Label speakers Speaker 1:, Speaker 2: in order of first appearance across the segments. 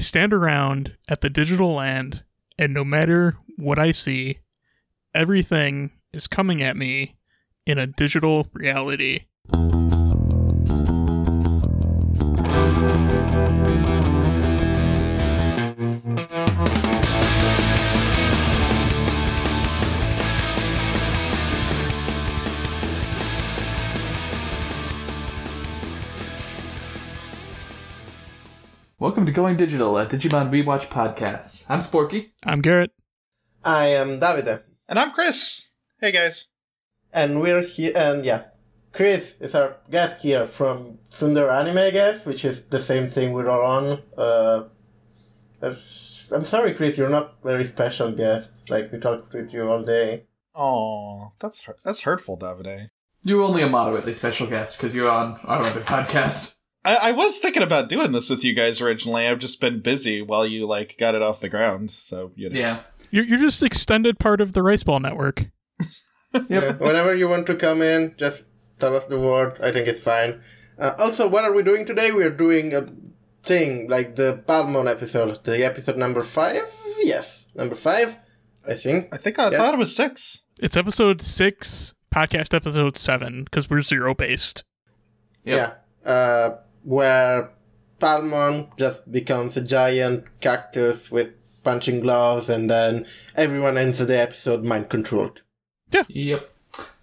Speaker 1: stand around at the digital land, and no matter what I see, everything is coming at me in a digital reality.
Speaker 2: Welcome to Going Digital, a Digimon Rewatch podcast. I'm Sporky.
Speaker 1: I'm Garrett.
Speaker 3: I am Davide,
Speaker 4: And I'm Chris. Hey guys.
Speaker 3: and we're here. And yeah, Chris is our guest here from Thunder Anime, I guess, which is the same thing we're all on. Uh, uh, I'm sorry, Chris, you're not very special guest. Like we talked with you all day.
Speaker 4: Oh, that's hu- that's hurtful, Davide.
Speaker 2: You're only a moderately special guest because you're on our other podcast.
Speaker 4: I, I was thinking about doing this with you guys originally. I've just been busy while you like got it off the ground. So you know.
Speaker 2: Yeah.
Speaker 1: You're, you're just extended part of the Riceball Network.
Speaker 3: Yeah, whenever you want to come in, just tell us the word. I think it's fine. Uh, also, what are we doing today? We're doing a thing like the Palmon episode, the episode number five. Yes, number five, I think.
Speaker 4: I think I
Speaker 3: Yeah.
Speaker 4: thought it was six.
Speaker 1: It's episode six, podcast episode seven, because we're zero based.
Speaker 2: Yep.
Speaker 3: Yeah. Uh, where Palmon just becomes a giant cactus with punching gloves, and then everyone ends the episode mind controlled.
Speaker 2: Yep.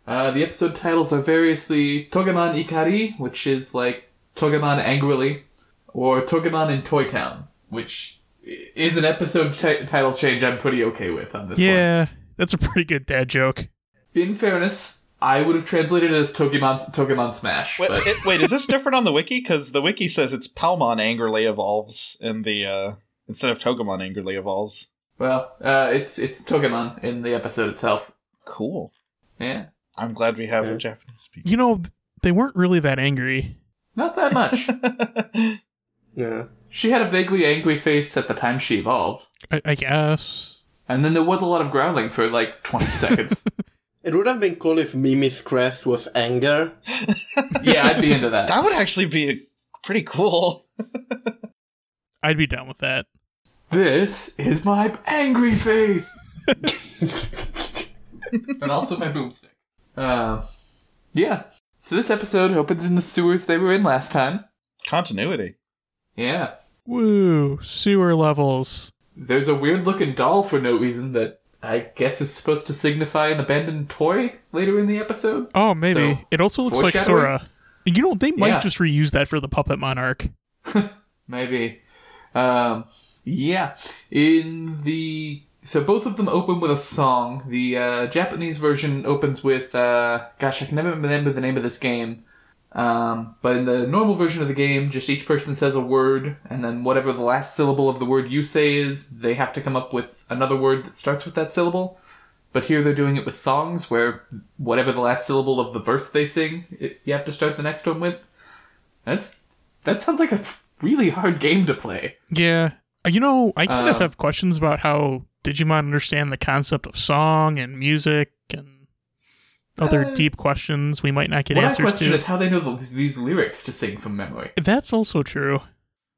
Speaker 2: Uh, the episode titles are variously Togemon Ikari, which is like Togemon Angrily, or Togemon in Toy Town, which i- is an episode ti- title change I'm pretty okay with on this one.
Speaker 1: yeah, that's a pretty good dad joke.
Speaker 2: In fairness, I would have translated it as Togemon, Togemon Smash.
Speaker 4: Wait,
Speaker 2: but
Speaker 4: it- wait, is this different on the wiki? Because the wiki says it's Palmon angrily evolves in the uh instead of Togemon angrily evolves.
Speaker 2: Well, uh, it's it's Togemon in the episode itself.
Speaker 4: Cool.
Speaker 2: Yeah,
Speaker 4: I'm glad we have
Speaker 3: Yeah.
Speaker 4: a Japanese speaker.
Speaker 1: You know, they weren't really that angry.
Speaker 2: not that much.
Speaker 3: Yeah.
Speaker 2: she had a vaguely angry face at the time she evolved,
Speaker 1: I, I guess.
Speaker 2: and then there was a lot of growling for like twenty seconds.
Speaker 3: It would have been cool if Mimi's crest was anger.
Speaker 2: yeah, I'd be into that.
Speaker 4: that would actually be pretty cool.
Speaker 1: I'd be down with that.
Speaker 2: This is my angry face, and also my boomstick. Uh, yeah. So this episode opens in the sewers they were in last time.
Speaker 4: Continuity.
Speaker 2: Yeah.
Speaker 1: Woo, sewer levels.
Speaker 2: There's a weird looking doll for no reason that I guess is supposed to signify an abandoned toy later in the episode.
Speaker 1: Oh, maybe.
Speaker 2: So,
Speaker 1: it also looks like
Speaker 2: foreshadowing?
Speaker 1: Sora. You know, they might
Speaker 2: Yeah.
Speaker 1: just reuse that for the Puppet Monarch.
Speaker 2: Maybe. Um, yeah. In the so both of them open with a song. The uh, Japanese version opens with uh, gosh, I can never remember the name of this game. Um, but in the normal version of the game, just each person says a word, and then whatever the last syllable of the word you say is, they have to come up with another word that starts with that syllable. But here they're doing it with songs, where whatever the last syllable of the verse they sing, it, you have to start the next one with. That's that sounds like a really hard game to play.
Speaker 1: Yeah. Uh, You know, I kind of
Speaker 2: Um,
Speaker 1: have questions about how Digimon understand the concept of song and music and other
Speaker 2: Uh,
Speaker 1: deep questions we might not get
Speaker 2: what I
Speaker 1: answers
Speaker 2: question
Speaker 1: to.
Speaker 2: is how they know th- these lyrics to sing from memory.
Speaker 1: That's also true.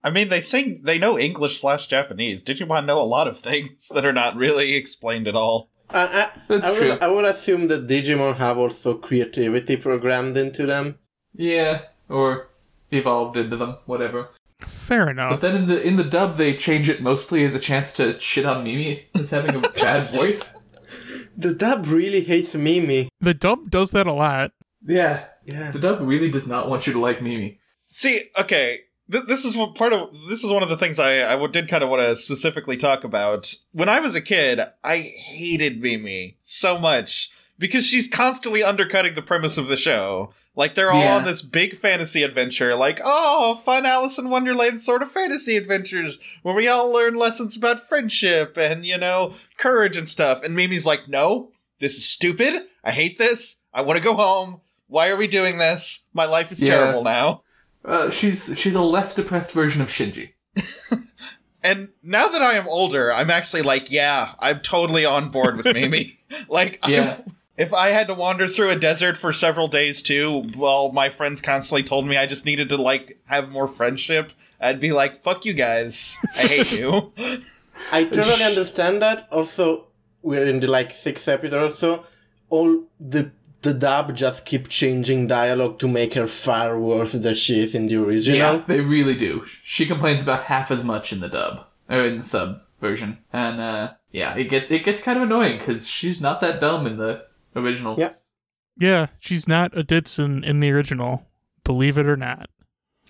Speaker 4: I mean, they sing. They know English slash Japanese. Digimon know a lot of things that are not really explained at all.
Speaker 3: I, I,
Speaker 2: That's
Speaker 3: I,
Speaker 2: true.
Speaker 3: will, I will assume that Digimon have also creativity programmed into them.
Speaker 2: Yeah, or evolved into them, whatever.
Speaker 1: Fair
Speaker 2: But
Speaker 1: enough.
Speaker 2: then in the in the dub, they change it mostly as a chance to shit on Mimi as having a bad voice.
Speaker 3: The dub really hates Mimi.
Speaker 1: the dub does that a lot.
Speaker 2: Yeah,
Speaker 3: Yeah.
Speaker 2: the dub really does not want you to like Mimi.
Speaker 4: See, okay, th- this is what part of this is one of the things I I w- did kind of want to specifically talk about. When I was a kid, I hated Mimi so much because she's constantly undercutting the premise of the show. Like they're all
Speaker 2: Yeah.
Speaker 4: on this big fantasy adventure, like oh, fun Alice in Wonderland sort of fantasy adventures where we all learn lessons about friendship and you know courage and stuff. And Mimi's like, no, this is stupid. I hate this. I want to go home. Why are we doing this? My life is
Speaker 2: Yeah.
Speaker 4: terrible now.
Speaker 2: Uh, she's she's a less depressed version of Shinji.
Speaker 4: And now that I am older, I'm actually like, yeah, I'm totally on board with Mimi. like, I'm-
Speaker 2: Yeah.
Speaker 4: if I had to wander through a desert for several days too, while my friends constantly told me I just needed to like have more friendship I'd be like, fuck you guys. I hate you.
Speaker 3: I totally understand that. Also, we're in the like sixth episode or so. All the the dub just keep changing dialogue to make her far worse than she is in the original.
Speaker 2: yeah, they really do. She complains about half as much in the dub or in the sub version, and uh, yeah, it get it gets kind of annoying because she's not that dumb in the original.
Speaker 3: Yeah.
Speaker 1: Yeah, she's not a Ditson in the original, believe it or not.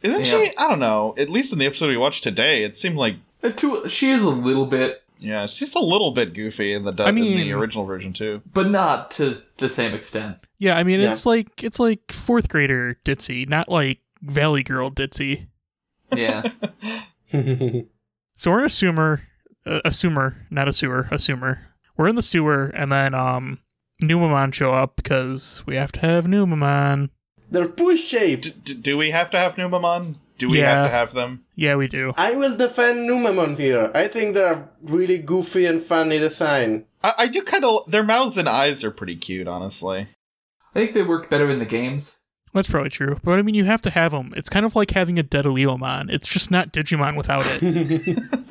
Speaker 4: Isn't
Speaker 2: Yeah.
Speaker 4: she? I don't know. At least in the episode we watched today, it seemed like
Speaker 2: Uh, too- she is a little bit,
Speaker 4: yeah, she's a little bit goofy in the du-
Speaker 1: I
Speaker 4: in
Speaker 1: mean-
Speaker 4: the original version too.
Speaker 2: but not to the same extent.
Speaker 1: Yeah, I mean
Speaker 3: Yeah.
Speaker 1: it's like it's like fourth grader ditzy, not like Valley Girl ditzy.
Speaker 2: Yeah,
Speaker 1: So we're in a sewer, uh, a sewer, not a sewer, a sewer. We're in the sewer, and then um, Numamon show up because we have to have Numamon.
Speaker 3: They're push shaped.
Speaker 4: D- d- do we have to have Numamon? Do we
Speaker 1: Yeah.
Speaker 4: have to have them?
Speaker 1: Yeah, we do.
Speaker 3: I will defend Numemon here. I think they're really goofy and funny design.
Speaker 4: I, I do kind of. Their mouths and eyes are pretty cute, honestly.
Speaker 2: I think they work better in the games.
Speaker 1: That's probably true. But I mean, you have to have them. It's kind of like having a Dedaleomon. It's just not Digimon without it.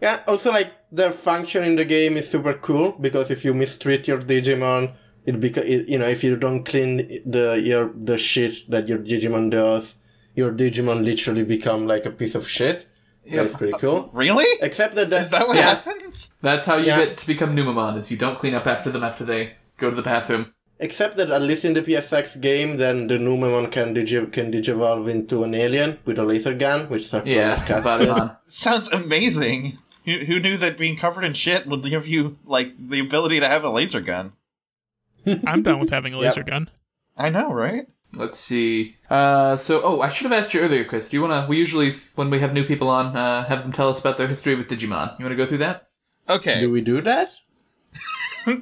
Speaker 3: Yeah, also like their function in the game is super cool because if you mistreat your Digimon, it beca- it, you know if you don't clean the your the shit that your Digimon does, your Digimon literally become like a piece of shit.
Speaker 2: Yeah,
Speaker 3: That's pretty cool.
Speaker 4: Really?
Speaker 3: Except that that's
Speaker 4: Is that what
Speaker 3: yeah,
Speaker 4: happens?
Speaker 2: that's how you
Speaker 3: Yeah.
Speaker 2: get to become Numamon is you don't clean up after them after they go to the bathroom.
Speaker 3: Except that at least in the PSX game, then the Numemon can digi- can digivolve into an alien with a laser gun, which Sakura
Speaker 2: Yeah,
Speaker 3: discussed.
Speaker 2: Vadimon.
Speaker 4: Sounds amazing. Who, who knew that being covered in shit would give you like the ability to have a laser gun?
Speaker 1: I'm done with having a laser gun.
Speaker 4: I know, right?
Speaker 2: Let's see. Uh, so, oh, I should have asked you earlier, Chris. Do you want to? We usually, when we have new people on, uh, have them tell us about their history with Digimon. You want to go through that?
Speaker 4: Okay.
Speaker 3: Do we do that?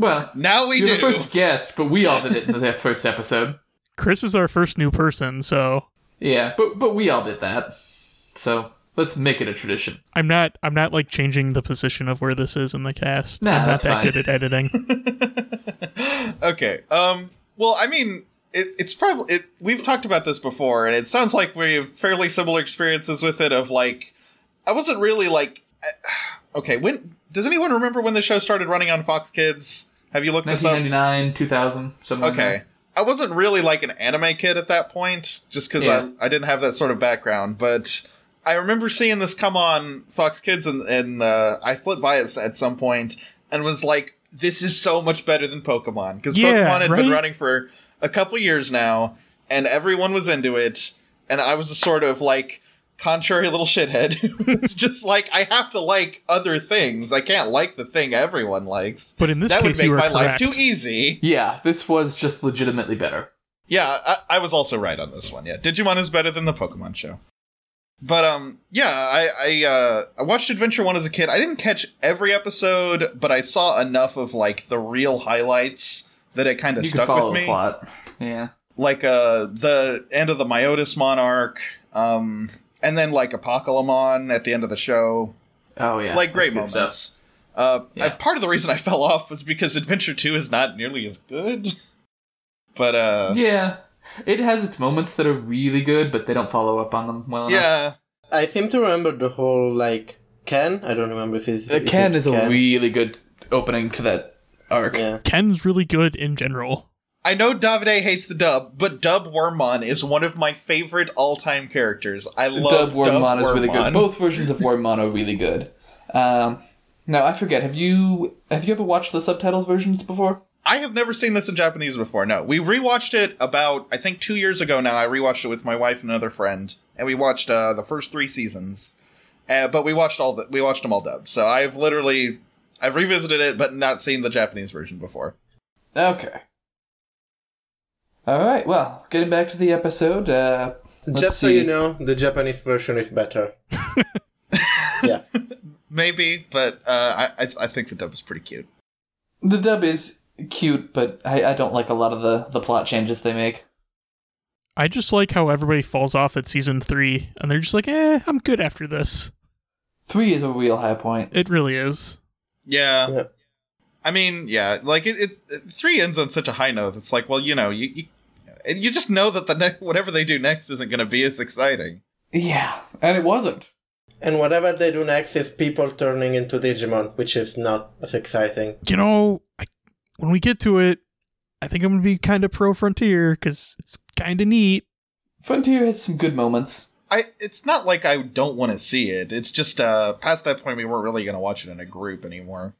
Speaker 2: Well,
Speaker 4: now we
Speaker 2: you're
Speaker 4: do.
Speaker 2: the first guest, but we all did it in the first episode.
Speaker 1: Chris is our first new person, so
Speaker 2: Yeah, but but we all did that. So let's make it a tradition.
Speaker 1: I'm not. I'm not like changing the position of where this is in the cast.
Speaker 2: Nah,
Speaker 1: I'm not
Speaker 2: that's
Speaker 1: that
Speaker 2: fine.
Speaker 1: good at editing.
Speaker 4: okay. Um. Well, I mean, it, it's probably it, we've talked about this before, and it sounds like we have fairly similar experiences with it. Of like, I wasn't really like, I- okay. When does anyone remember when the show started running on Fox Kids? Have you looked this up?
Speaker 2: 1999, 2000, somewhere. in
Speaker 4: Okay.
Speaker 2: there.
Speaker 4: I wasn't really like an anime kid at that point, just because
Speaker 2: Yeah.
Speaker 4: I, I didn't have that sort of background. But I remember seeing this come on Fox Kids, and, and uh, I flipped by it s- at some point and was like, this is so much better than Pokemon. Because
Speaker 1: Yeah,
Speaker 4: Pokemon had
Speaker 1: right?
Speaker 4: been running for a couple years now, and everyone was into it. And I was a sort of like contrary little shithead who was just like, I have to like other things. I can't like the thing everyone likes.
Speaker 1: But in this
Speaker 4: that would
Speaker 1: case,
Speaker 4: make
Speaker 1: you were
Speaker 4: my life
Speaker 1: correct.
Speaker 4: too easy.
Speaker 2: Yeah, this was just legitimately better.
Speaker 4: Yeah, I, I was also right on this one. Yeah, Digimon is better than the Pokemon show. But um, yeah, I I, uh, I watched Adventure One as a kid. I didn't catch every episode, but I saw enough of like the real highlights that it kind of
Speaker 2: you could
Speaker 4: stuck
Speaker 2: follow
Speaker 4: with
Speaker 2: the
Speaker 4: me.
Speaker 2: plot. Yeah.
Speaker 4: Like uh, the end of the Myotis Monarch, um, and then like Apocalypse at the end of the show
Speaker 2: Oh yeah.
Speaker 4: like great
Speaker 2: That's good stuff.
Speaker 4: moments. Uh,
Speaker 2: Yeah.
Speaker 4: I- part of the reason I fell off was because Adventure Two is not nearly as good. But uh,
Speaker 2: Yeah. It has its moments that are really good, but they don't follow up on them well enough.
Speaker 4: yeah,
Speaker 3: I seem to remember the whole like Ken. I don't remember if it's
Speaker 2: Uh,
Speaker 3: if
Speaker 2: Ken
Speaker 3: it
Speaker 2: is a really good opening to that arc.
Speaker 3: Yeah.
Speaker 1: Ken's really good in general.
Speaker 4: I know Davide hates the dub, but Dub Wormmon is one of my favorite all-time characters. I love
Speaker 2: Dub
Speaker 4: Dub
Speaker 2: Wormmon
Speaker 4: Wormmon.
Speaker 2: is really good. Both versions of Wormmon are really good. Um, now I forget. Have you have you ever watched the subtitles versions before?
Speaker 4: I have never seen this in Japanese before. No, we rewatched it about I think two years ago now. I rewatched it with my wife and another friend, and we watched uh, the first three seasons. Uh, but we watched all the we watched them all dubbed. So I've literally I've revisited it, but not seen the Japanese version before.
Speaker 2: Okay. All right. Well, getting back to the episode. Uh, let's
Speaker 3: Just so
Speaker 2: see.
Speaker 3: you know, the Japanese version is better. yeah.
Speaker 4: Maybe, but uh, I I, I think the dub is pretty cute.
Speaker 2: the dub is cute, but I, I don't like a lot of the the plot changes they make.
Speaker 1: I just like how everybody falls off at season three, and they're just like, "Eh, I'm good after this."
Speaker 2: Three is a real high point.
Speaker 1: It really is.
Speaker 4: Yeah.
Speaker 3: Yeah.
Speaker 4: I mean, yeah, like it, it, it- three ends on such a high note. It's like, well, you know, you you, and you just know that the next whatever they do next isn't going to be as exciting.
Speaker 2: Yeah, and it wasn't.
Speaker 3: And whatever they do next is people turning into Digimon, which is not as exciting.
Speaker 1: You know, I, when we get to it, I think I'm gonna be kind of pro Frontier because it's kind of neat.
Speaker 2: Frontier has some good moments.
Speaker 4: I it's not like I don't want to see it. It's just uh past that point we weren't really going to watch it in a group anymore.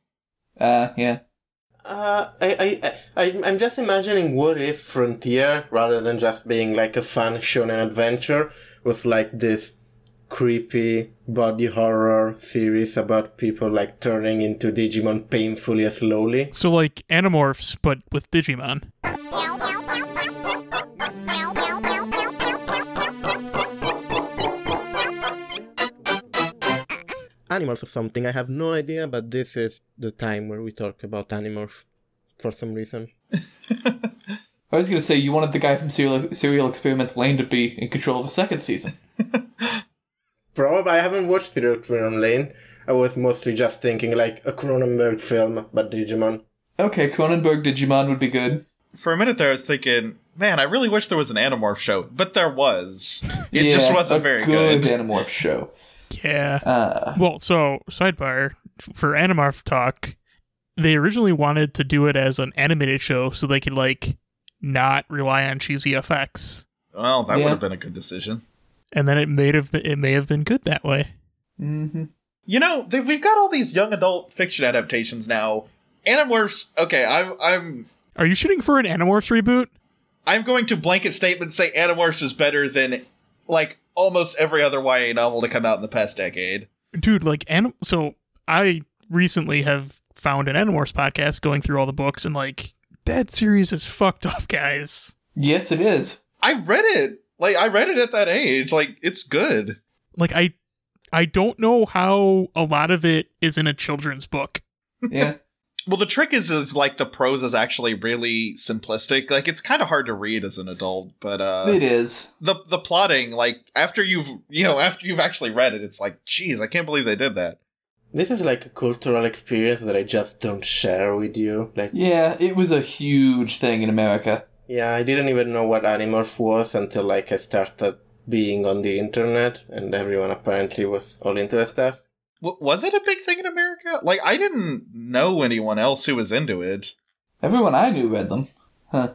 Speaker 2: Uh, yeah.
Speaker 3: Uh, I, I, I, I'm just imagining what if Frontier, rather than just being like a fun shonen adventure, was like this creepy body horror series about people like turning into Digimon painfully and slowly.
Speaker 1: So like Animorphs, but with Digimon.
Speaker 3: Animals or something, I have no idea, but this is the time where we talk about Animorphs for some reason.
Speaker 2: I was gonna say you wanted the guy from Serial, Serial Experiments Lane to be in control of a second season.
Speaker 3: Probably, I haven't watched Serial Experiment Lane. I was mostly just thinking like a Cronenberg film, but Digimon.
Speaker 2: Okay, Cronenberg Digimon would be good.
Speaker 4: For a minute there I was thinking, man, I really wish there was an Animorph show, but there was. It just
Speaker 2: Yeah,
Speaker 4: wasn't
Speaker 2: a
Speaker 4: very
Speaker 2: good.
Speaker 4: good.
Speaker 2: Animorph show.
Speaker 1: Yeah.
Speaker 2: Uh,
Speaker 1: Well, so sidebar f- for Animorph Talk, they originally wanted to do it as an animated show so they could like not rely on cheesy effects,
Speaker 4: Well, that would
Speaker 2: Yeah.
Speaker 4: have been a good decision.
Speaker 1: and then it may have been, it may have been good that way.
Speaker 2: hmm
Speaker 4: You know, they, we've got all these young adult fiction adaptations now. Animorphs. Okay, I'm I'm
Speaker 1: Are you shooting for an Animorphs reboot?
Speaker 4: I'm going to blanket statement say Animorphs is better than like almost every other YA novel to come out in the past decade.
Speaker 1: dude like anim- so i recently have found an animorphs podcast going through all the books and like that series is fucked up guys
Speaker 2: Yes, it is.
Speaker 4: I read it. Like I read it at that age. Like it's good.
Speaker 1: like i i don't know how a lot of it is in a children's book
Speaker 2: Yeah.
Speaker 4: Well, the trick is is like the prose is actually really simplistic. Like it's kind of hard to read as an adult, but uh
Speaker 2: it is.
Speaker 4: the the plotting like after you've you know after you've actually read it it's like geez i can't believe they did that
Speaker 3: This is like a cultural experience that I just don't share with you. Like,
Speaker 2: Yeah, it was a huge thing in America.
Speaker 3: yeah, I didn't even know what Animorph was until like I started being on the internet, and everyone apparently was all into that stuff.
Speaker 4: w- was it a big thing in america like i didn't know anyone else who was into it
Speaker 2: Everyone I knew read them. Huh.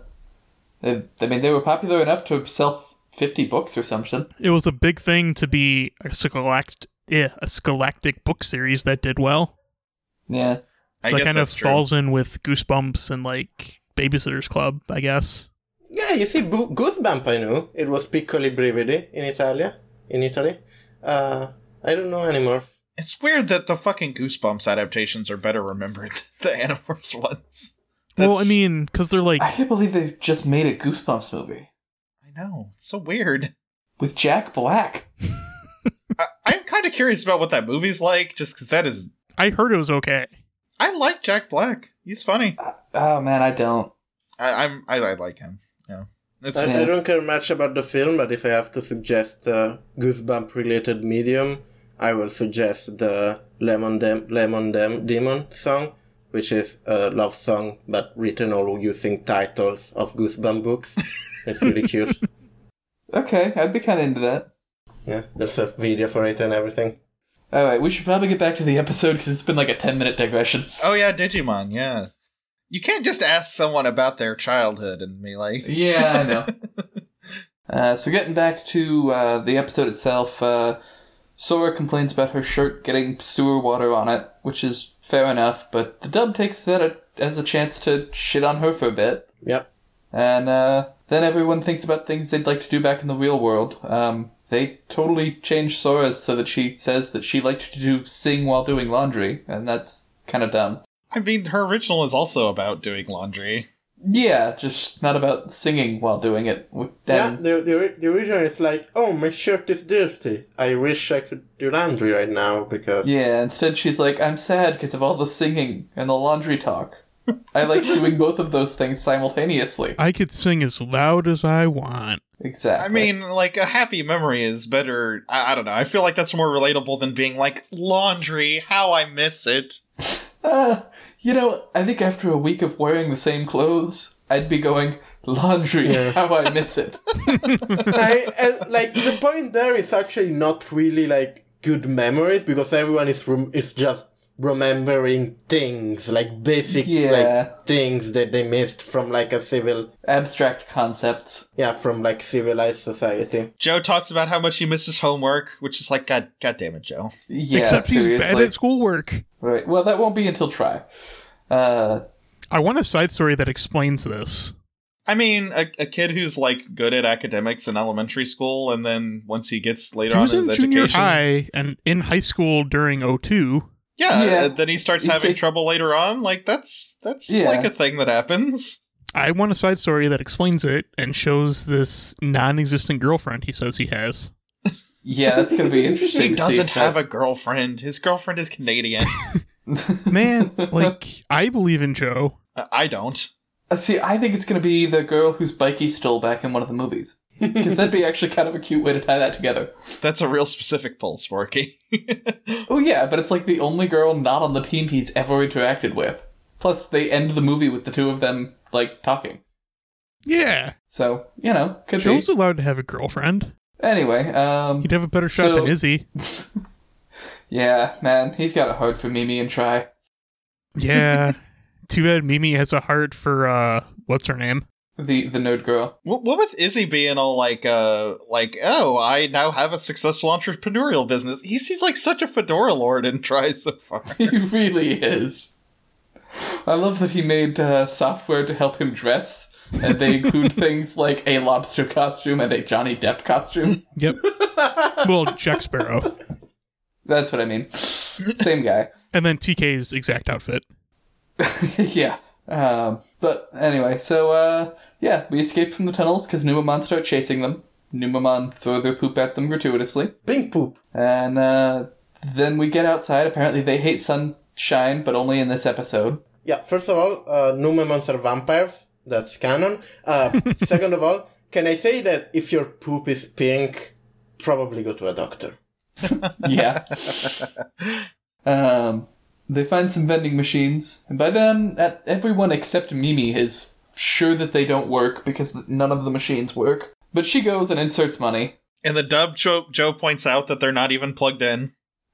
Speaker 2: They, I mean, they were popular enough to sell 50 books or something.
Speaker 1: it was a big thing to be a scholact eh, a scholastic book series that did well
Speaker 2: Yeah.
Speaker 1: so
Speaker 4: I
Speaker 1: that
Speaker 4: guess
Speaker 1: kind of
Speaker 4: that's true.
Speaker 1: falls in with goosebumps and like babysitters club i guess
Speaker 3: Yeah, you see, Bo- Goosebump I knew. It was Piccoli Brividi in Italia. In Italy. Uh, I don't know Animorph.
Speaker 4: it's weird that the fucking goosebumps adaptations are better remembered than the animorphs ones
Speaker 1: well i
Speaker 4: That's-
Speaker 1: mean because they're like
Speaker 2: I can't believe they just made a Goosebumps movie
Speaker 4: i know it's so weird
Speaker 2: with Jack Black.
Speaker 4: I- i'm kind of curious about what that movie's like just because that is
Speaker 1: i heard it was okay
Speaker 4: i like jack black he's funny
Speaker 2: Oh, man, I don't.
Speaker 4: I, i'm I, I like him yeah it's
Speaker 3: I, I
Speaker 2: Yeah.
Speaker 3: don't care much about the film, but if I have to suggest a Goosebump related medium, I will suggest the Lemon, Dem- Lemon Dem- Demon song, which is a love song but written all using titles of Goosebump books. it's really cute.
Speaker 2: Okay, I'd be kind of into that.
Speaker 3: Yeah, there's a video for it and everything.
Speaker 2: All right, we should probably get back to the episode because it's been like a 10 minute digression.
Speaker 4: Oh yeah, Digimon, yeah. You can't just ask someone about their childhood and be like,
Speaker 2: Yeah, I know. uh, so, getting back to uh, the episode itself, uh, Sora complains about her shirt getting sewer water on it, which is fair enough, but the dub takes that a- as a chance to shit on her for a bit.
Speaker 3: Yep.
Speaker 2: And uh, then everyone thinks about things they'd like to do back in the real world. Um, they totally change Sora's so that she says that she liked to do sing while doing laundry, and that's kind of dumb.
Speaker 4: I mean, her original is also about doing laundry.
Speaker 2: Yeah, just not about singing while doing it. with
Speaker 3: Yeah,
Speaker 2: them.
Speaker 3: the, the, ori- the original is like, oh, my shirt is dirty. I wish I could do laundry right now because.
Speaker 2: Yeah, instead she's like, I'm sad because of all the singing and the laundry talk. I like doing both of those things simultaneously.
Speaker 1: i could sing as loud as i want
Speaker 2: Exactly.
Speaker 4: I mean, like a happy memory is better. I, I don't know. I feel like that's more relatable than being like laundry. How I miss it.
Speaker 2: Uh, you know, I think after a week of wearing the same clothes, I'd be going, Laundry,
Speaker 3: Yeah.
Speaker 2: how I miss it.
Speaker 3: I, and, like the point there is actually not really like good memories because everyone is rem- is just remembering things like basic
Speaker 2: Yeah.
Speaker 3: like things that they missed from like a civil
Speaker 2: Abstract concepts.
Speaker 3: yeah from like civilized society.
Speaker 4: Joe talks about how much he misses homework, which is like, God, God damn it, Joe.
Speaker 2: Yeah,
Speaker 1: Except he's
Speaker 2: seriously.
Speaker 1: bad at schoolwork.
Speaker 2: Right. Well, that won't be until try. Uh,
Speaker 1: I want a side story that explains this.
Speaker 4: I mean, a, a kid who's like good at academics in elementary school, and then once he gets later
Speaker 1: He was
Speaker 4: on in
Speaker 1: in
Speaker 4: his
Speaker 1: junior
Speaker 4: education,
Speaker 1: high and in high school during 02.
Speaker 4: yeah,
Speaker 2: Yeah.
Speaker 4: uh, then he starts
Speaker 2: He's
Speaker 4: having
Speaker 2: take-
Speaker 4: trouble later on. Like that's that's
Speaker 2: Yeah.
Speaker 4: like a thing that happens.
Speaker 1: I want a side story that explains it and shows this non existent girlfriend he says he has.
Speaker 2: yeah, that's gonna be interesting.
Speaker 4: He
Speaker 2: to see
Speaker 4: doesn't
Speaker 2: if
Speaker 4: have
Speaker 2: that-
Speaker 4: a girlfriend. His girlfriend is Canadian.
Speaker 1: Man, like, I believe in Joe.
Speaker 4: Uh, I don't.
Speaker 2: Uh, See, I think it's gonna be the girl whose bike he stole back in one of the movies. Because that'd be actually kind of a cute way to tie that together.
Speaker 4: That's a real specific pulse, Forky.
Speaker 2: Oh yeah, but it's like the only girl not on the team he's ever interacted with. Plus, they end the movie with the two of them like talking.
Speaker 1: Yeah.
Speaker 2: So you know, could
Speaker 1: Joe's
Speaker 2: be.
Speaker 1: allowed to have a girlfriend.
Speaker 2: Anyway, um,
Speaker 1: He'd have a better shot
Speaker 2: So-
Speaker 1: than Izzy.
Speaker 2: yeah, man, he's got a heart for Mimi and Try.
Speaker 1: Yeah. Too bad Mimi has a heart for, uh, what's her name?
Speaker 2: The the nerd girl.
Speaker 4: What, what with Izzy being all like, uh, like, oh, I now have a successful entrepreneurial business. He seems like such a fedora lord and tries so far.
Speaker 2: he really is. I love that he made uh, software to help him dress, and they include things like a lobster costume and a Johnny Depp costume.
Speaker 1: Yep. well, Jack Sparrow.
Speaker 2: That's what I mean. Same guy.
Speaker 1: And then TK's exact outfit.
Speaker 2: yeah. Um, but anyway, so uh, yeah, we escape from the tunnels because Numamon start chasing them. Numamon throw their poop at them gratuitously,
Speaker 3: Pink poop.
Speaker 2: and uh, then we get outside. Apparently, they hate sunshine, but only in this episode.
Speaker 3: Yeah, first of all, uh, Numemons are vampires. That's canon. Uh, second of all, can I say that if your poop is pink, probably go to a doctor.
Speaker 2: yeah. Um, they find some vending machines, and by then, at, everyone except Mimi is sure that they don't work because none of the machines work. But she goes and inserts money.
Speaker 4: And the dub Joe, Joe points out that they're not even plugged in.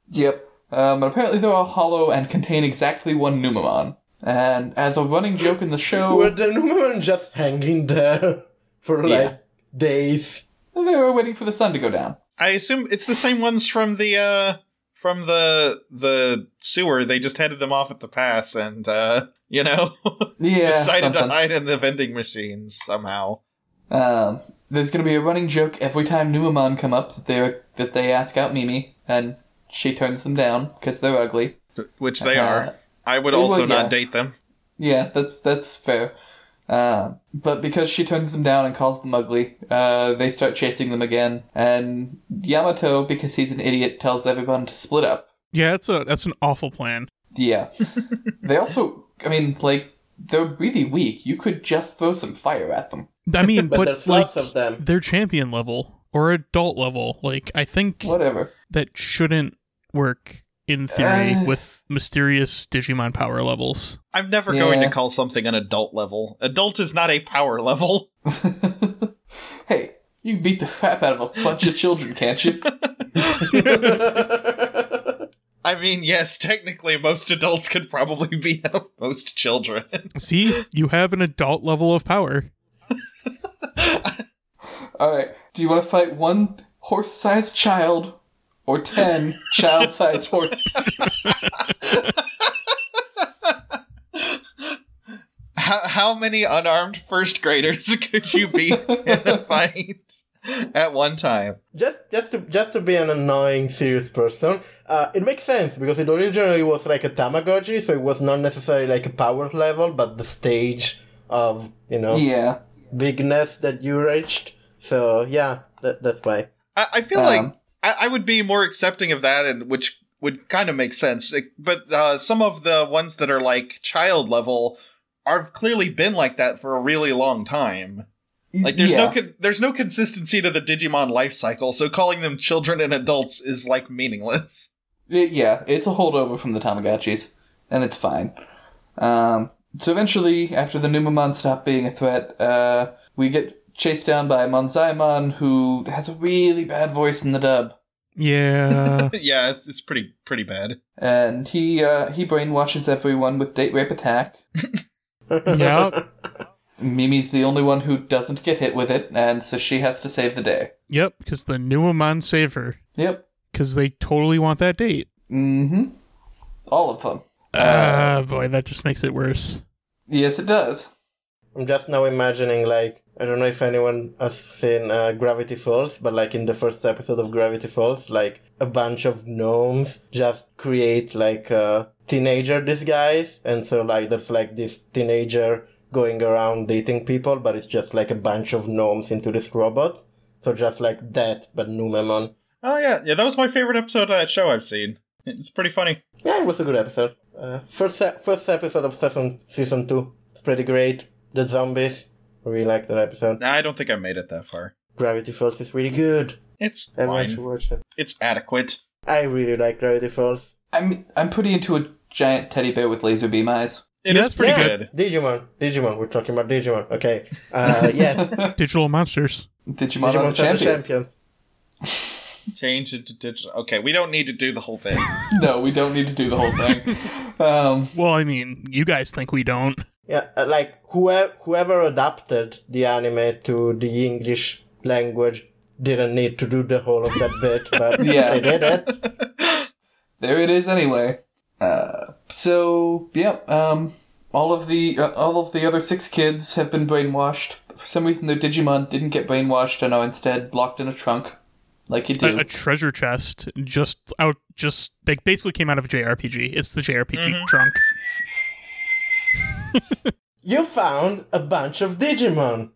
Speaker 2: Yep. Um, and apparently they're all hollow and contain exactly one Numamon. And as a running joke in the
Speaker 3: Were
Speaker 2: show,
Speaker 3: the Numemons just hanging there for like
Speaker 2: Yeah.
Speaker 3: days?
Speaker 2: they were waiting for the sun to go down.
Speaker 4: I assume it's the same ones from the uh from the the sewer. They just headed them off at the pass and uh you know
Speaker 2: Yeah,
Speaker 4: decided to
Speaker 2: something.
Speaker 4: hide in the vending machines somehow.
Speaker 2: Um, there's gonna be a running joke every time Numamon come up that they that they ask out Mimi, and she turns them down because they're ugly.
Speaker 4: Which they
Speaker 2: Uh,
Speaker 4: are. I would
Speaker 2: well,
Speaker 4: also
Speaker 2: yeah.
Speaker 4: not date them.
Speaker 2: Yeah, that's that's fair. Uh, but because she turns them down and calls them ugly, uh, they start chasing them again. And Yamato, because he's an idiot, tells everyone to split up.
Speaker 1: Yeah, that's a that's an awful plan.
Speaker 2: Yeah. they also, I mean, like they're really weak. You could just throw some fire at them.
Speaker 1: I mean,
Speaker 3: But
Speaker 1: but,
Speaker 3: there's
Speaker 1: like,
Speaker 3: lots of them.
Speaker 1: they're champion level or adult level. Like, I think
Speaker 2: Whatever.
Speaker 1: that shouldn't work in theory
Speaker 2: Uh.
Speaker 1: with mysterious Digimon power levels.
Speaker 4: I'm never going to
Speaker 2: Yeah.
Speaker 4: call something an adult level. Adult is not a power level.
Speaker 2: hey, you can beat the crap out of a bunch of children, can't you?
Speaker 4: I mean, yes, technically most adults could probably beat up most children.
Speaker 1: See, you have an adult level of power.
Speaker 2: All right. Do you want to fight one horse-sized child or ten child-sized horse?
Speaker 4: How, how many unarmed first graders could you beat in a fight at one time?
Speaker 3: just just to just to be an annoying serious person, uh, it makes sense because it originally was like a Tamagotchi, so it was not necessarily like a power level, but the stage of you know
Speaker 2: Yeah.
Speaker 3: bigness that you reached. So yeah, that, that's why.
Speaker 4: I, I feel
Speaker 2: Um,
Speaker 4: like I, I would be more accepting of that, and which would kind of make sense. Like, But uh, some of the ones that are like child level are clearly been like that for a really long time. Like there's no
Speaker 2: Yeah.
Speaker 4: con- there's no consistency to the Digimon life cycle, so calling them children and adults is like meaningless.
Speaker 2: It- yeah, it's a holdover from the Tamagotchis, and it's fine. Um, so eventually, after the Numamon stop being a threat, uh, we get chased down by Monzaimon, who has a really bad voice in the dub.
Speaker 1: Yeah.
Speaker 4: yeah, it's, it's pretty pretty bad.
Speaker 2: And he uh, he brainwashes everyone with date rape attack.
Speaker 1: Yep.
Speaker 2: Mimi's the only one who doesn't get hit with it, and so she has to save the day.
Speaker 1: yep. Because the new Amon save her.
Speaker 2: Yep.
Speaker 1: Because they totally want that date.
Speaker 2: Mm-hmm. All of them.
Speaker 3: Uh.
Speaker 1: Ah, boy, that just makes it worse.
Speaker 2: Yes, it does.
Speaker 3: I'm just now imagining, like, I don't know if anyone has seen uh, Gravity Falls, but like in the first episode of Gravity Falls, like a bunch of gnomes just create like a teenager disguise, and so like there's like this teenager going around dating people, but it's just like a bunch of gnomes into this robot. So just like that, but Numemon.
Speaker 4: Oh yeah, yeah. That was my favorite episode of that show I've seen. It's pretty funny.
Speaker 3: Yeah, it was a good episode. Uh, first se- first episode of season season two. It's pretty great. The zombies. Really like that episode.
Speaker 4: I don't think I made it that far.
Speaker 3: Gravity Falls is really good.
Speaker 4: It's
Speaker 3: Everyone
Speaker 4: fine.
Speaker 3: should watch it.
Speaker 4: It's adequate.
Speaker 3: I really like Gravity Falls.
Speaker 2: I'm I'm pretty into a giant teddy bear with laser beam eyes.
Speaker 4: It is
Speaker 1: Yeah, it's
Speaker 4: pretty
Speaker 3: yeah,
Speaker 4: good.
Speaker 3: Digimon. Digimon. We're talking about Digimon. Okay. Uh, yes.
Speaker 1: Digital monsters.
Speaker 2: Digimon, are the
Speaker 3: Digimon are the
Speaker 2: champions.
Speaker 3: champions.
Speaker 4: Change it to digital. Okay, we don't need to do the whole thing.
Speaker 2: No, we don't need to do the whole thing. um,
Speaker 1: Well, I mean, you guys think we don't.
Speaker 3: Yeah, uh, like whoever whoever adapted the anime to the English language didn't need to do the whole of that bit, but
Speaker 2: Yeah.
Speaker 3: they did it.
Speaker 2: there it is anyway. Uh, so yeah, um, all of the uh, all of the other six kids have been brainwashed. For some reason, their Digimon didn't get brainwashed and are instead locked in a trunk, like you do.
Speaker 1: A, a treasure chest just out, just they basically came out of a JRPG. It's the JRPG trunk.
Speaker 3: You found a bunch of Digimon.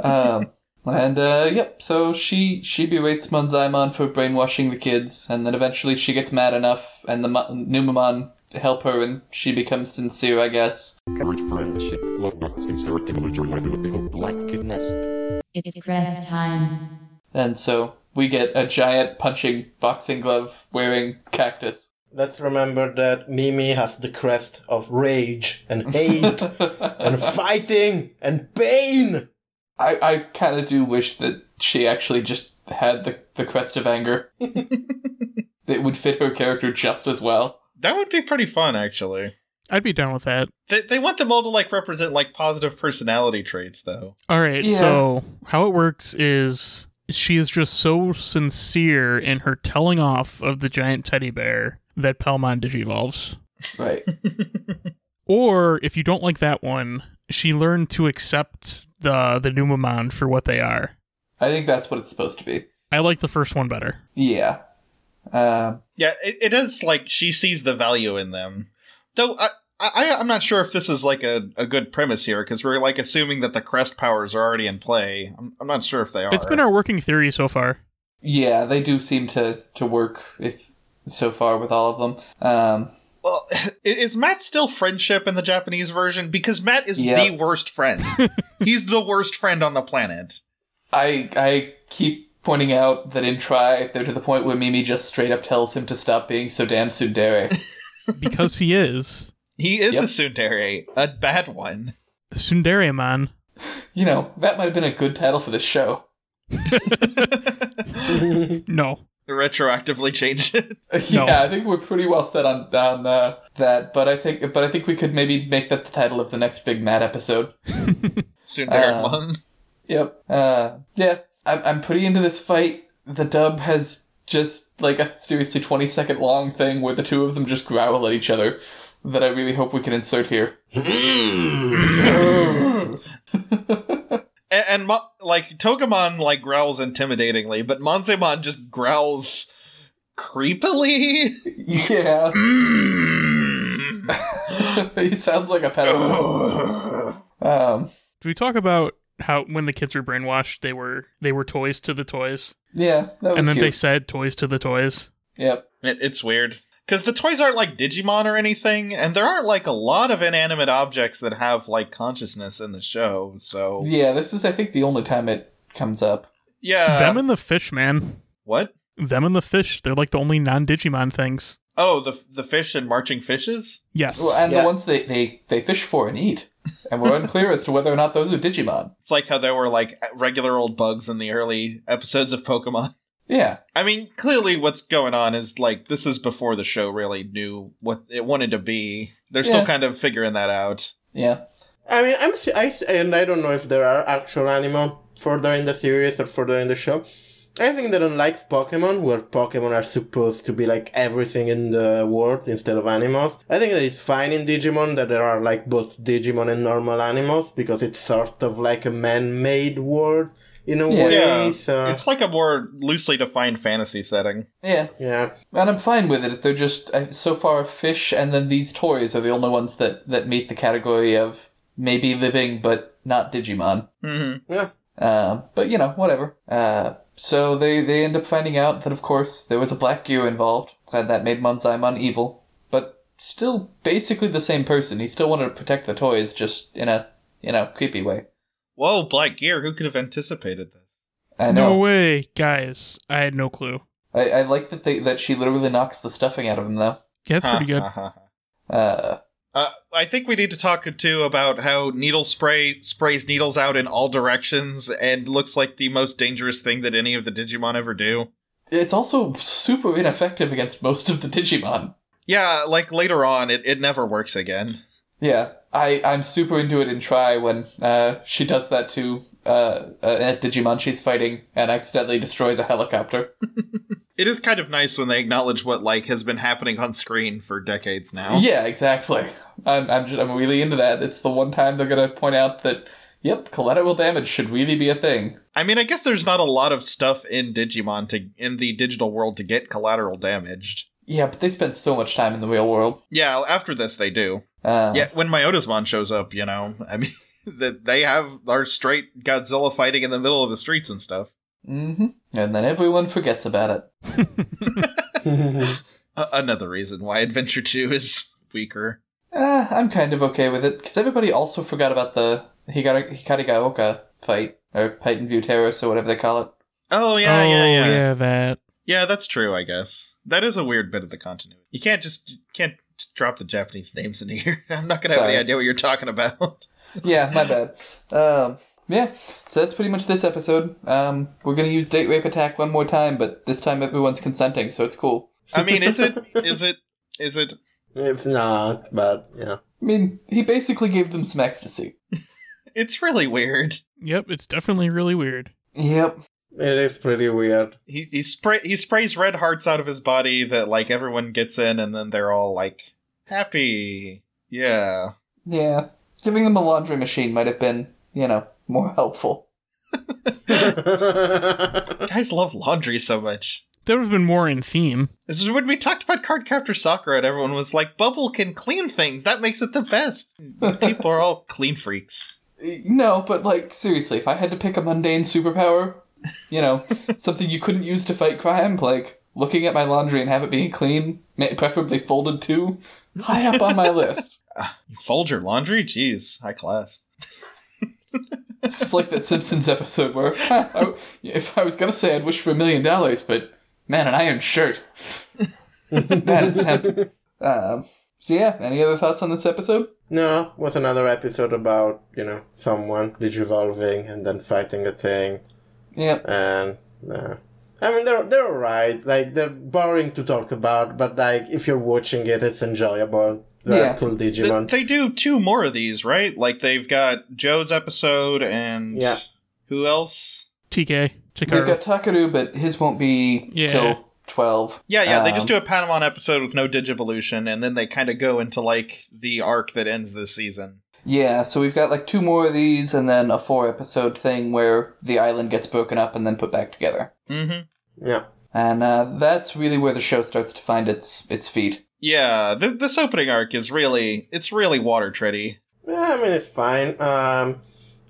Speaker 2: um, and uh, yep, so she she berates Monzaimon for brainwashing the kids, and then eventually she gets mad enough, and the Mo- Numamon help her, and she becomes sincere, I guess.
Speaker 5: Current friendship, love not sincerity, vulnerability, blackedness.
Speaker 6: It's press time.
Speaker 2: And so we get a giant punching boxing glove wearing cactus.
Speaker 3: Let's remember that Mimi has the crest of rage and hate and fighting and pain.
Speaker 2: I, I kind of do wish that she actually just had the, the crest of anger. it would fit her character just as well.
Speaker 4: that would be pretty fun, actually.
Speaker 1: I'd be down with that.
Speaker 4: They, they want them all to like represent like positive personality traits, though.
Speaker 1: All right.
Speaker 2: Yeah.
Speaker 1: So how it works is she is just so sincere in her telling off of the giant teddy bear that Palmon digivolves.
Speaker 2: Right.
Speaker 1: Or if you don't like that one, she learned to accept the the Numamon for what they are.
Speaker 2: I think that's what it's supposed to be.
Speaker 1: I like the first one better.
Speaker 2: Yeah. Um,
Speaker 4: Yeah, it, it is like she sees the value in them, though. I, I I'm not sure if this is like a, a good premise here because we're like assuming that the crest powers are already in play. I'm, I'm not sure if they are.
Speaker 1: It's been our working theory so far.
Speaker 2: Yeah, they do seem to, to work if so far with all of them. Um,
Speaker 4: well, i- is Matt still friendship in the Japanese version? Because Matt is
Speaker 2: Yeah.
Speaker 4: the worst friend. He's the worst friend on the planet.
Speaker 2: I I keep pointing out that in Try they're to the point where Mimi just straight up tells him to stop being so damn tsundere.
Speaker 1: Because he is
Speaker 4: He is
Speaker 2: Yep.
Speaker 4: a tsundere, a bad one.
Speaker 1: Sundareman.
Speaker 2: you know that might have been a good title for this show.
Speaker 1: No.
Speaker 4: Retroactively change it.
Speaker 1: No.
Speaker 2: yeah, I think we're pretty well set on on uh, that, but I think but I think we could maybe make that the title of the next Big Mad episode.
Speaker 4: Tsundere
Speaker 2: Uh,
Speaker 4: one.
Speaker 2: Yep. Uh, yeah, I'm I'm pretty into this fight. The dub has just like a seriously 20 second long thing where the two of them just growl at each other. That I really hope we can insert here.
Speaker 4: and, and Mo- like Togemon like growls intimidatingly, but Monzemon just growls creepily.
Speaker 2: Yeah, he sounds like a pedophile. um,
Speaker 1: Did we talk about how when the kids were brainwashed they were they were toys to the toys?
Speaker 2: yeah, that was
Speaker 1: And then they
Speaker 2: cute.
Speaker 1: said toys to the toys.
Speaker 2: Yep.
Speaker 4: It- it's weird because the toys aren't like Digimon or anything, and there aren't like a lot of inanimate objects that have like consciousness in the show. So
Speaker 2: Yeah, this is I think the only time it comes up. Uh,
Speaker 4: yeah,
Speaker 1: Them and the fish, man.
Speaker 4: what?
Speaker 1: Them and the fish, they're like the only non Digimon things.
Speaker 4: Oh, the the fish and marching fishes.
Speaker 1: Yes.
Speaker 2: Well, and
Speaker 3: Yeah.
Speaker 2: the ones they, they they fish for and eat. and we're unclear as to whether or not those are Digimon.
Speaker 4: It's like how there were like regular old bugs in the early episodes of Pokemon.
Speaker 2: Yeah,
Speaker 4: I mean, clearly what's going on is like this is before the show really knew what it wanted to be. They're
Speaker 2: Yeah.
Speaker 4: still kind of figuring that out.
Speaker 2: yeah.
Speaker 3: I mean, I'm si and I don't know if there are actual anime further in the series or further in the show. I think that unlike Pokemon, where Pokemon are supposed to be like everything in the world instead of animals, I think that it's fine in Digimon that there are like both Digimon and normal animals because it's sort of like a man-made world in a
Speaker 2: Yeah.
Speaker 3: way. So
Speaker 4: It's like a more loosely defined fantasy setting.
Speaker 2: Yeah,
Speaker 3: yeah,
Speaker 2: and I'm fine with it. They're just uh, so far fish, and then these toys are the only ones that that meet the category of maybe living but not Digimon.
Speaker 4: hmm
Speaker 3: yeah.
Speaker 2: Uh, but you know, whatever. Uh, so they they end up finding out that of course there was a black gear involved, and that made Monzaimon evil, but still basically the same person. He still wanted to protect the toys, just in a you know creepy way.
Speaker 4: Whoa, Black Gear! Who could have anticipated this?
Speaker 2: I know.
Speaker 1: No way, guys. I had no clue.
Speaker 2: I, I like that they that she literally knocks the stuffing out of him though.
Speaker 1: Yeah, that's pretty good.
Speaker 2: Uh,
Speaker 4: Uh, I think we need to talk too about how needle spray sprays needles out in all directions and looks like the most dangerous thing that any of the Digimon ever do.
Speaker 2: it's also super ineffective against most of the Digimon.
Speaker 4: Yeah, like later on, it, it never works again.
Speaker 2: Yeah, I I'm super into it in Try when uh, she does that to uh, uh, at Digimon she's fighting and accidentally destroys a helicopter.
Speaker 4: It is kind of nice when they acknowledge what like has been happening on screen for decades now.
Speaker 2: Yeah, exactly. I'm I'm just, I'm really into that. It's the one time they're gonna point out that yep, collateral damage should really be a thing.
Speaker 4: I mean, I guess there's not a lot of stuff in Digimon to in the digital world to get collateral damaged.
Speaker 2: Yeah, but they spend so much time in the real world.
Speaker 4: Yeah, after this they do.
Speaker 2: Uh,
Speaker 4: Yeah, when Myotismon shows up, you know, I mean, that they have our straight Godzilla fighting in the middle of the streets and stuff.
Speaker 2: hmm And then everyone forgets about it.
Speaker 4: A- another reason why Adventure 2 is weaker.
Speaker 2: Uh, I'm kind of okay with it because everybody also forgot about the Higara- Hikarigaoka fight or Titan View Terrace or whatever they call it.
Speaker 4: Oh, yeah, yeah,
Speaker 1: oh,
Speaker 4: yeah, yeah.
Speaker 1: that.
Speaker 4: that's true, I guess. That is a weird bit of the continuity. You can't just you can't just drop the Japanese names in here. I'm not going to have any
Speaker 2: Sorry.
Speaker 4: idea what you're talking about.
Speaker 2: yeah, my bad. Um, yeah, so that's pretty much this episode. Um, we're gonna use date rape attack one more time, but this time everyone's consenting, so it's cool.
Speaker 4: I mean, is it is it is it
Speaker 3: If not, but yeah.
Speaker 2: I mean, he basically gave them some ecstasy.
Speaker 4: it's really weird.
Speaker 1: Yep, it's definitely really weird.
Speaker 2: Yep.
Speaker 3: It is pretty weird.
Speaker 4: he he spray he sprays red hearts out of his body that like everyone gets in and then they're all like happy. Yeah.
Speaker 2: Yeah. Giving them a laundry machine might have been, you know, more helpful.
Speaker 4: Guys love laundry so much.
Speaker 1: That would have been more in theme.
Speaker 4: This is when we talked about card captor Sakura and everyone was like, Bubble can clean things. That makes it the best. People are all clean freaks.
Speaker 2: No, but like seriously, if I had to pick a mundane superpower, you know, something you couldn't use to fight crime, like looking at my laundry and have it being clean, ma- preferably folded too, high up on my list.
Speaker 4: You fold your laundry? Jeez, high class.
Speaker 2: It's just like that Simpsons episode where I, if I was gonna say I'd wish for a million dollars, but man, an iron shirt. that is tempting. Um, so yeah, any other thoughts on this episode?
Speaker 3: No, was another episode about, you know, someone digivolving and then fighting a thing
Speaker 2: Yep.
Speaker 3: and uh, I mean they're they're alright. Like they're boring to talk about, but like if you're watching it it's enjoyable. They're
Speaker 2: Yeah.
Speaker 3: cool
Speaker 4: Th-
Speaker 3: Digimon.
Speaker 4: they do two more of these, right? Like they've got Joe's episode and
Speaker 3: Yeah.
Speaker 4: who else?
Speaker 1: TK,
Speaker 2: We've
Speaker 1: Chikaru.
Speaker 2: got Takaru, but his won't be
Speaker 1: Yeah.
Speaker 2: till twelve.
Speaker 4: Yeah, yeah, they
Speaker 2: Um,
Speaker 4: just do a Panamon episode with no Digivolution, and then they kind of go into like the arc that ends this season.
Speaker 2: Yeah, so we've got like two more of these and then a four episode thing where the island gets broken up and then put back together.
Speaker 4: Mm-hmm.
Speaker 3: yeah.
Speaker 2: And uh, that's really where the show starts to find its its feet.
Speaker 4: Yeah, th- this opening arc is really it's really water tready.
Speaker 3: Yeah, I mean it's fine. Um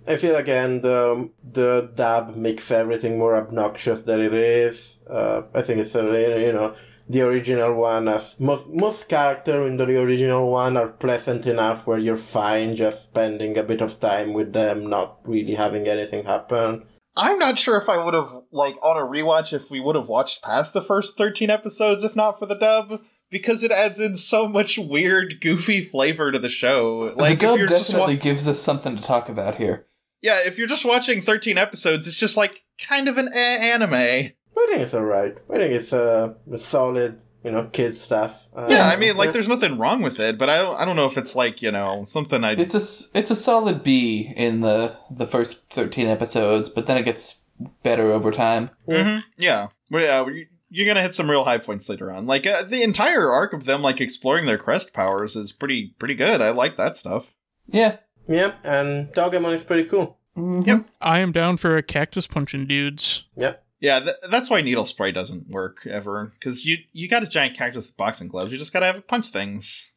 Speaker 3: I feel again the the dub makes everything more obnoxious than it is. Uh, I think it's a, you know the original one as most most character in the original one are pleasant enough where you're fine just spending a bit of time with them, not really having anything happen.
Speaker 4: I'm not sure if I would have like on a rewatch if we would have watched past the first 13 episodes if not for the dub, because it adds in so much weird, goofy flavor to the show. Like
Speaker 2: the
Speaker 4: if
Speaker 2: dub
Speaker 4: you're just wa-
Speaker 2: definitely gives us something to talk about here.
Speaker 4: yeah, if you're just watching 13 episodes, it's just like kind of an eh anime.
Speaker 3: I think it's alright. I think it's uh, it's solid, you know, kid stuff. Uh,
Speaker 4: Yeah, I mean, like
Speaker 3: it-
Speaker 4: there's nothing wrong with it, but I don't, I don't know if it's like you know something I
Speaker 2: It's a s- it's a solid B in the the first thirteen episodes, but then it gets better over time.
Speaker 4: Mhm, Yeah. Well, yeah, we- you're gonna hit some real high points later on. Like uh, the entire arc of them, like exploring their crest powers, is pretty pretty good. I like that stuff.
Speaker 2: Yeah.
Speaker 3: Yeah, and Dogemon is pretty cool.
Speaker 2: Mhm.
Speaker 4: Yep.
Speaker 1: I am down for a cactus punching dudes.
Speaker 4: Yeah, th- that's why needle spray doesn't work ever because you you got a giant cactus with boxing gloves. You just gotta have it punch things.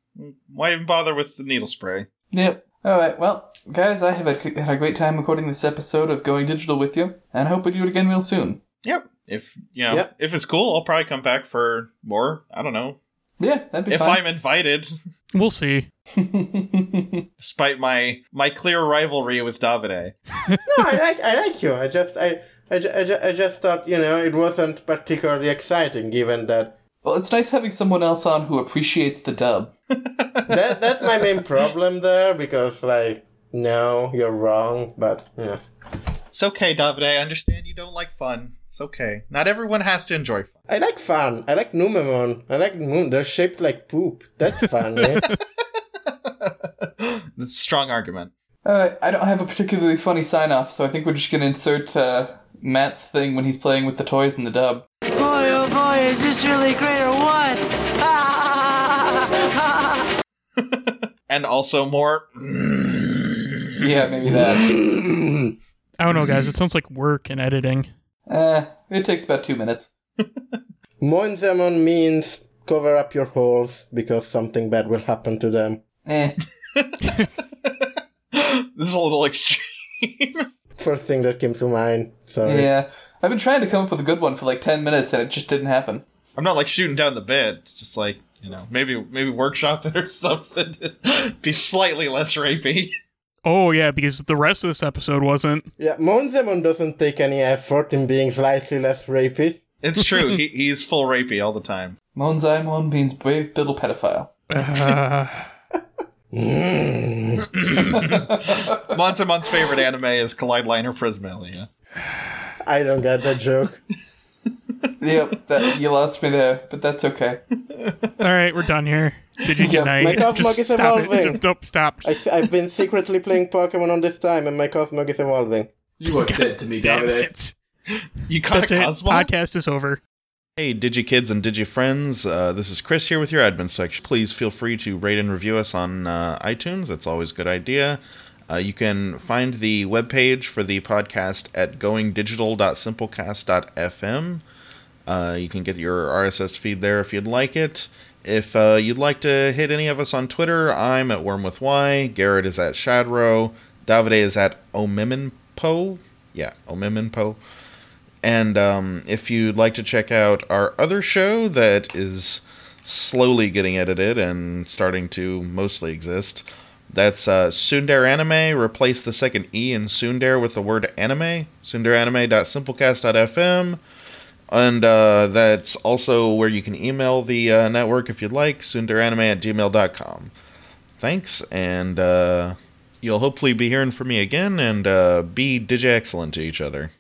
Speaker 4: Why even bother with the needle spray?
Speaker 2: Yep. All right. Well, guys, I have had had a great time recording this episode of Going Digital with you, and I hope we do it again real soon.
Speaker 4: Yep. If you know,
Speaker 3: Yep.
Speaker 4: if it's cool, I'll probably come back for more. I don't know
Speaker 1: Yeah, that'd be
Speaker 4: if
Speaker 1: fine.
Speaker 4: I'm invited,
Speaker 1: We'll see.
Speaker 4: despite my my clear rivalry with Davide.
Speaker 3: No, I like I like you. I just I. I, ju- I, ju- I just thought, you know, it wasn't particularly exciting given that.
Speaker 1: Well, it's nice having someone else on who appreciates the dub.
Speaker 3: that that's my main problem there because, like, no, you're wrong, but, yeah.
Speaker 4: It's okay, Davide. I understand you don't like fun. It's okay. Not everyone has to enjoy fun.
Speaker 3: I like fun. I like Numemon. I like Moon. They're shaped like poop. That's fun, man.
Speaker 4: That's a strong argument.
Speaker 1: All right. Uh, I don't have a particularly funny sign off, so I think we're just gonna insert uh, Matt's thing when he's playing with the toys in the dub.
Speaker 7: Boy, oh boy, is this really great or what?
Speaker 4: And also more.
Speaker 1: Yeah, maybe that. I don't know, guys. It sounds like work and editing. Uh, it takes about two minutes.
Speaker 3: Moinzamon means cover up your holes because something bad will happen to them.
Speaker 1: Eh.
Speaker 4: this is a little extreme.
Speaker 3: First thing that came to mind. Sorry.
Speaker 1: Yeah. I've been trying to come up with a good one for like 10 minutes and it just didn't happen.
Speaker 4: I'm not like shooting down the bed. It's just like you know, maybe maybe workshop it or something. Be slightly less rapey.
Speaker 1: Oh, yeah, because the rest of this episode wasn't.
Speaker 3: Yeah, Monzemon doesn't take any effort in being slightly less rapey.
Speaker 4: It's true. he, he's full rapey all the time.
Speaker 1: Monzaimon means brave little pedophile. Uh,
Speaker 3: Mm.
Speaker 4: Montamon's favorite anime is Collide Liner Prismalia.
Speaker 3: I don't get that joke.
Speaker 1: Yep, that, you lost me there, but that's okay. All right, we're done here. Did you
Speaker 3: Yeah, my Cosmog is evolving.
Speaker 1: Nope, stop.
Speaker 3: I, I've been secretly playing Pokemon on this time, and my Cosmog is evolving.
Speaker 2: You are dead to me, Davide.
Speaker 4: You caught a Cosmo?
Speaker 1: is over.
Speaker 4: Hey, DigiKids and DigiFriends, uh, this is Chris here with your admin section. Please feel free to rate and review us on uh, iTunes. That's always a good idea. Uh, you can find the webpage for the podcast at goingdigital.simplecast.fm. Uh, you can get your RSS feed there if you'd like it. If uh, you'd like to hit any of us on Twitter, I'm at Worm with Y. Garrett is at Shadro. Davide is at Omeminpo. Yeah, Omeminpo. And um, if you'd like to check out our other show that is slowly getting edited and starting to mostly exist, that's uh, Sundare Anime. Replace the second E in Sundare with the word anime. SundareAnime.simplecast.fm. And uh, that's also where you can email the uh, network if you'd like, sundareanime at gmail.com. Thanks, and uh, you'll hopefully be hearing from me again, and uh, be digi-excellent to each other.